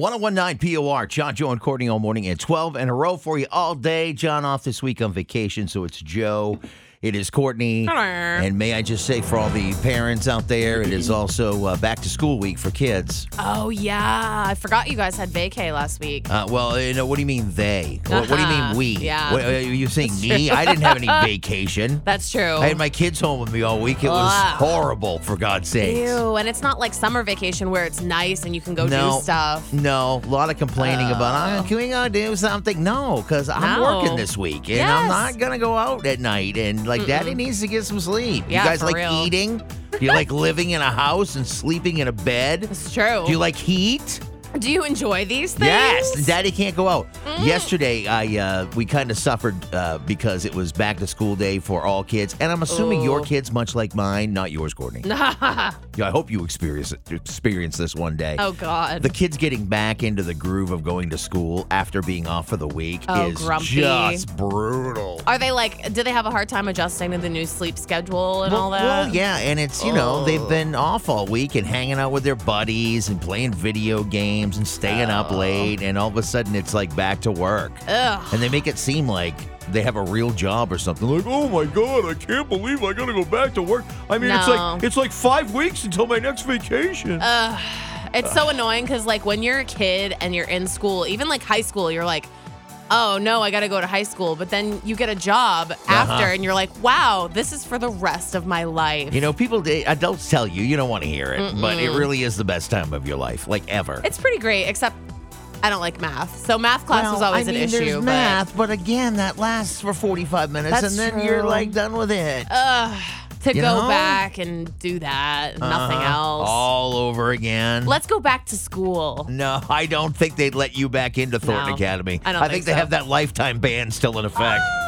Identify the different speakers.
Speaker 1: 1019 POR, John, Joe, and Courtney all morning at 12 and a row for you all day. John off this week on vacation, so it's Joe. It is Courtney. And may I just say for all the parents out there, it is also uh, back to school week for kids.
Speaker 2: Oh yeah, I forgot you guys had vacay last week.
Speaker 1: Uh, well, you know, what do you mean they? What, what do you mean
Speaker 2: Uh-huh.
Speaker 1: we?
Speaker 2: Yeah.
Speaker 1: What, are you saying me? I didn't have any vacation.
Speaker 2: That's true.
Speaker 1: I had my kids home with me all week. It was
Speaker 2: Ugh.
Speaker 1: horrible, for God's sake.
Speaker 2: Ew, and it's not like summer vacation where it's nice and you can go do stuff.
Speaker 1: No, a lot of complaining about, oh, can we go do something? No, because I'm
Speaker 2: No.
Speaker 1: working this week and I'm
Speaker 2: Yes.
Speaker 1: not going to go out at night. And like, daddy needs to get some sleep.
Speaker 2: Yeah,
Speaker 1: you guys
Speaker 2: for
Speaker 1: like
Speaker 2: real.
Speaker 1: eating? Do you like living in a house and sleeping in a bed?
Speaker 2: It's true.
Speaker 1: Do you like heat?
Speaker 2: Do you enjoy these things?
Speaker 1: Yes, Daddy can't go out.
Speaker 2: Mm.
Speaker 1: Yesterday, I uh, we kind of suffered uh, because it was back to school day for all kids, and I'm assuming your
Speaker 2: Ooh.
Speaker 1: kids, much like mine, not yours, Courtney. Yeah, I hope you experience experience this one day.
Speaker 2: oh God.
Speaker 1: The kids getting back into the groove of going to school after being off for the week
Speaker 2: Oh,
Speaker 1: is
Speaker 2: grumpy.
Speaker 1: just brutal.
Speaker 2: Are they like? Do they have a hard time adjusting to the new sleep schedule and all
Speaker 1: Well,
Speaker 2: that?
Speaker 1: well, yeah, and it's, you know, they've been off all week and hanging out with their buddies and playing video games and staying up late, and all of a sudden it's like back to work.
Speaker 2: Ugh.
Speaker 1: And they make it seem like they have a real job or something. Like, oh my god, I can't believe I gotta go back to work. I mean, it's like
Speaker 2: No.
Speaker 1: it's like five weeks until my next vacation.
Speaker 2: It's so annoying because like when you're a kid and you're in school, even like high school, you're like, oh no, I got to go to high school. But then you get a job
Speaker 1: Uh-huh.
Speaker 2: after, and you're like, wow, this is for the rest of my life.
Speaker 1: you know, people, they- adults tell you you don't want to hear it, but it really is the best time of your life, like ever.
Speaker 2: It's pretty great, except I don't like math. So math class was always
Speaker 1: I mean,
Speaker 2: an issue.
Speaker 1: There's
Speaker 2: but-
Speaker 1: math, but again, that lasts for 45 minutes, and
Speaker 2: That's
Speaker 1: then you're
Speaker 2: true.
Speaker 1: like done with it.
Speaker 2: Ugh, to
Speaker 1: You
Speaker 2: go
Speaker 1: know?
Speaker 2: back and do that, nothing
Speaker 1: Uh-huh.
Speaker 2: else.
Speaker 1: All over again.
Speaker 2: Let's go back to school.
Speaker 1: no, I don't think they'd let you back into Thornton
Speaker 2: No,
Speaker 1: Academy.
Speaker 2: I don't
Speaker 1: I think,
Speaker 2: think
Speaker 1: they
Speaker 2: so.
Speaker 1: have that lifetime ban still in effect.